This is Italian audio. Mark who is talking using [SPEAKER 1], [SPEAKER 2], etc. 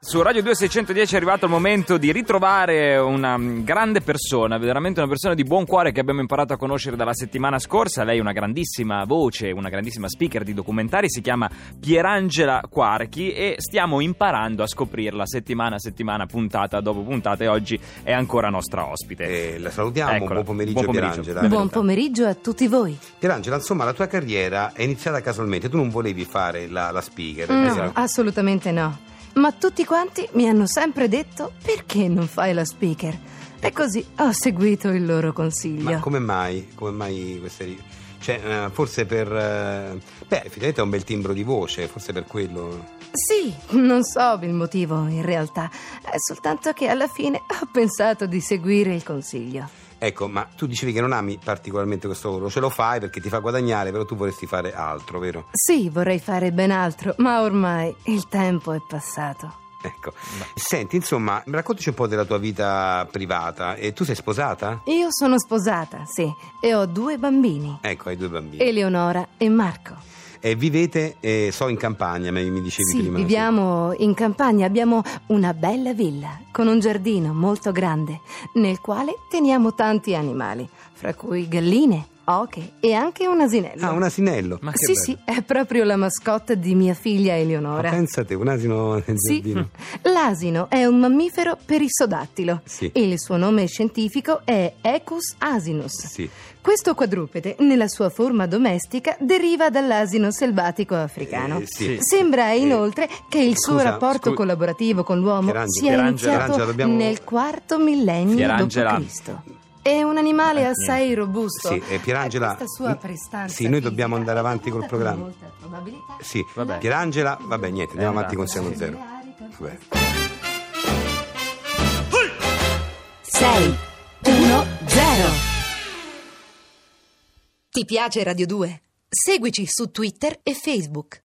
[SPEAKER 1] Su Radio 2610 è arrivato il momento di ritrovare una mm, grande persona, veramente una persona di buon cuore che abbiamo imparato a conoscere dalla settimana scorsa. Lei è una grandissima voce, una grandissima speaker di documentari, si chiama Pierangela Quarchi e stiamo imparando a scoprirla settimana a settimana, puntata dopo puntata e oggi è ancora nostra ospite.
[SPEAKER 2] Eh, la salutiamo,
[SPEAKER 1] Eccola.
[SPEAKER 2] buon pomeriggio,
[SPEAKER 1] Buon pomeriggio.
[SPEAKER 2] Pierangela.
[SPEAKER 1] Benvenuta.
[SPEAKER 3] Buon pomeriggio a tutti voi.
[SPEAKER 2] Pierangela, insomma la tua carriera è iniziata casualmente, tu non volevi fare la, la speaker.
[SPEAKER 3] No, ah,
[SPEAKER 2] esatto.
[SPEAKER 3] Mm, assolutamente no. Ma tutti quanti mi hanno sempre detto perché non fai la speaker? E così ho seguito il loro consiglio.
[SPEAKER 2] Ma come mai? Come mai queste righe? Cioè, eh, forse per... eh, beh, effettivamente è un bel timbro di voce, forse per quello.
[SPEAKER 3] Sì, non so il motivo in realtà, è soltanto che alla fine ho pensato di seguire il consiglio.
[SPEAKER 2] Ecco, ma tu dicevi che non ami particolarmente questo lavoro, ce lo fai perché ti fa guadagnare, però tu vorresti fare altro, vero?
[SPEAKER 3] Sì, vorrei fare ben altro, ma ormai il tempo è passato.
[SPEAKER 2] Ecco. Senti, insomma, raccontaci un po' della tua vita privata. E tu sei sposata?
[SPEAKER 3] Io sono sposata, sì, e ho due bambini,
[SPEAKER 2] Ecco, hai due bambini. E,
[SPEAKER 3] Eleonora e Marco.
[SPEAKER 2] vivete, eh, so, in campagna, mi mi dicevi
[SPEAKER 3] Sì,
[SPEAKER 2] prima.
[SPEAKER 3] viviamo in campagna, abbiamo una bella villa con un giardino molto grande nel quale teniamo tanti animali, fra cui galline, oche e anche un asinello.
[SPEAKER 2] Ah, un asinello.
[SPEAKER 1] Ma che
[SPEAKER 3] sì,
[SPEAKER 1] bello.
[SPEAKER 3] sì, è proprio la mascotte di mia figlia
[SPEAKER 2] Ma
[SPEAKER 3] Eleonora.
[SPEAKER 2] pensate, un asino nel
[SPEAKER 3] Sì,
[SPEAKER 2] giardino.
[SPEAKER 3] l'asino è un mammifero perissodattilo.
[SPEAKER 2] Sì.
[SPEAKER 3] Il suo nome scientifico è Ecus asinus.
[SPEAKER 2] Sì.
[SPEAKER 3] Questo quadrupede, nella sua forma domestica, deriva dall'asino selvatico africano.
[SPEAKER 2] Eh, sì.
[SPEAKER 3] Sembra inoltre che il suo
[SPEAKER 2] scusa,
[SPEAKER 3] rapporto
[SPEAKER 1] scu-
[SPEAKER 3] collaborativo con l'uomo
[SPEAKER 2] Pierangelo,
[SPEAKER 3] sia
[SPEAKER 1] Pierangelo,
[SPEAKER 3] iniziato
[SPEAKER 2] Pierangelo, dobbiamo-
[SPEAKER 3] nel quarto millennio d.C.
[SPEAKER 1] Pierangela.
[SPEAKER 3] È un animale
[SPEAKER 1] Eh,
[SPEAKER 3] assai robusto.
[SPEAKER 2] Sì, eh, Pierangela,
[SPEAKER 3] Eh, questa sua
[SPEAKER 2] mm,
[SPEAKER 3] prestanza
[SPEAKER 2] sì, noi
[SPEAKER 3] fisica
[SPEAKER 2] dobbiamo andare
[SPEAKER 3] è
[SPEAKER 2] avanti col
[SPEAKER 3] dovuta con
[SPEAKER 2] programma.
[SPEAKER 3] molta probabilità
[SPEAKER 2] Sì,
[SPEAKER 1] Vabbè.
[SPEAKER 2] Pierangela, vabbè, niente, andiamo
[SPEAKER 1] Eh,
[SPEAKER 2] avanti con
[SPEAKER 1] esatto,
[SPEAKER 2] Siamo
[SPEAKER 1] sì.
[SPEAKER 2] Zero. Vabbè.
[SPEAKER 3] 6 1 0 Ti piace Radio 2? Seguici su Twitter e Facebook.